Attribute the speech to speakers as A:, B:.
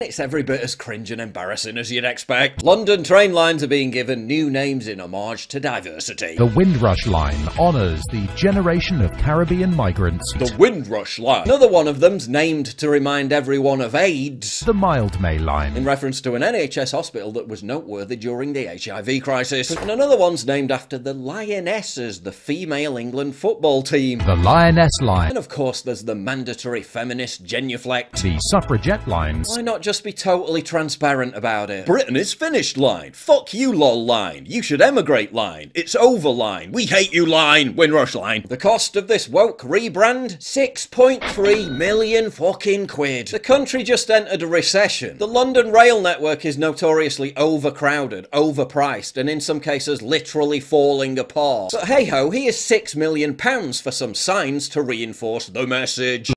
A: It's every bit as cringe and embarrassing as you'd expect. London train lines are being given new names in homage to diversity.
B: The Windrush Line honours the generation of Caribbean migrants.
A: The Windrush Line. Another one of them's named to remind everyone of AIDS.
B: The Mildmay Line.
A: In reference to an NHS hospital that was noteworthy during the HIV crisis. And another one's named after the Lionesses, the female England football team.
B: The Lioness Line.
A: And of course, there's the mandatory feminist genuflect.
B: The Suffragette Lines.
A: Why not just be totally transparent about it? Britain is finished line. Fuck you, lol line. You should emigrate line. It's over line. We hate you line. Windrush line. The cost of this woke rebrand? 6.3 million fucking quid. The country just entered a recession. The London rail network is notoriously overcrowded, overpriced, and in some cases literally falling apart. But hey ho, here's 6 million pounds for some signs to reinforce the message.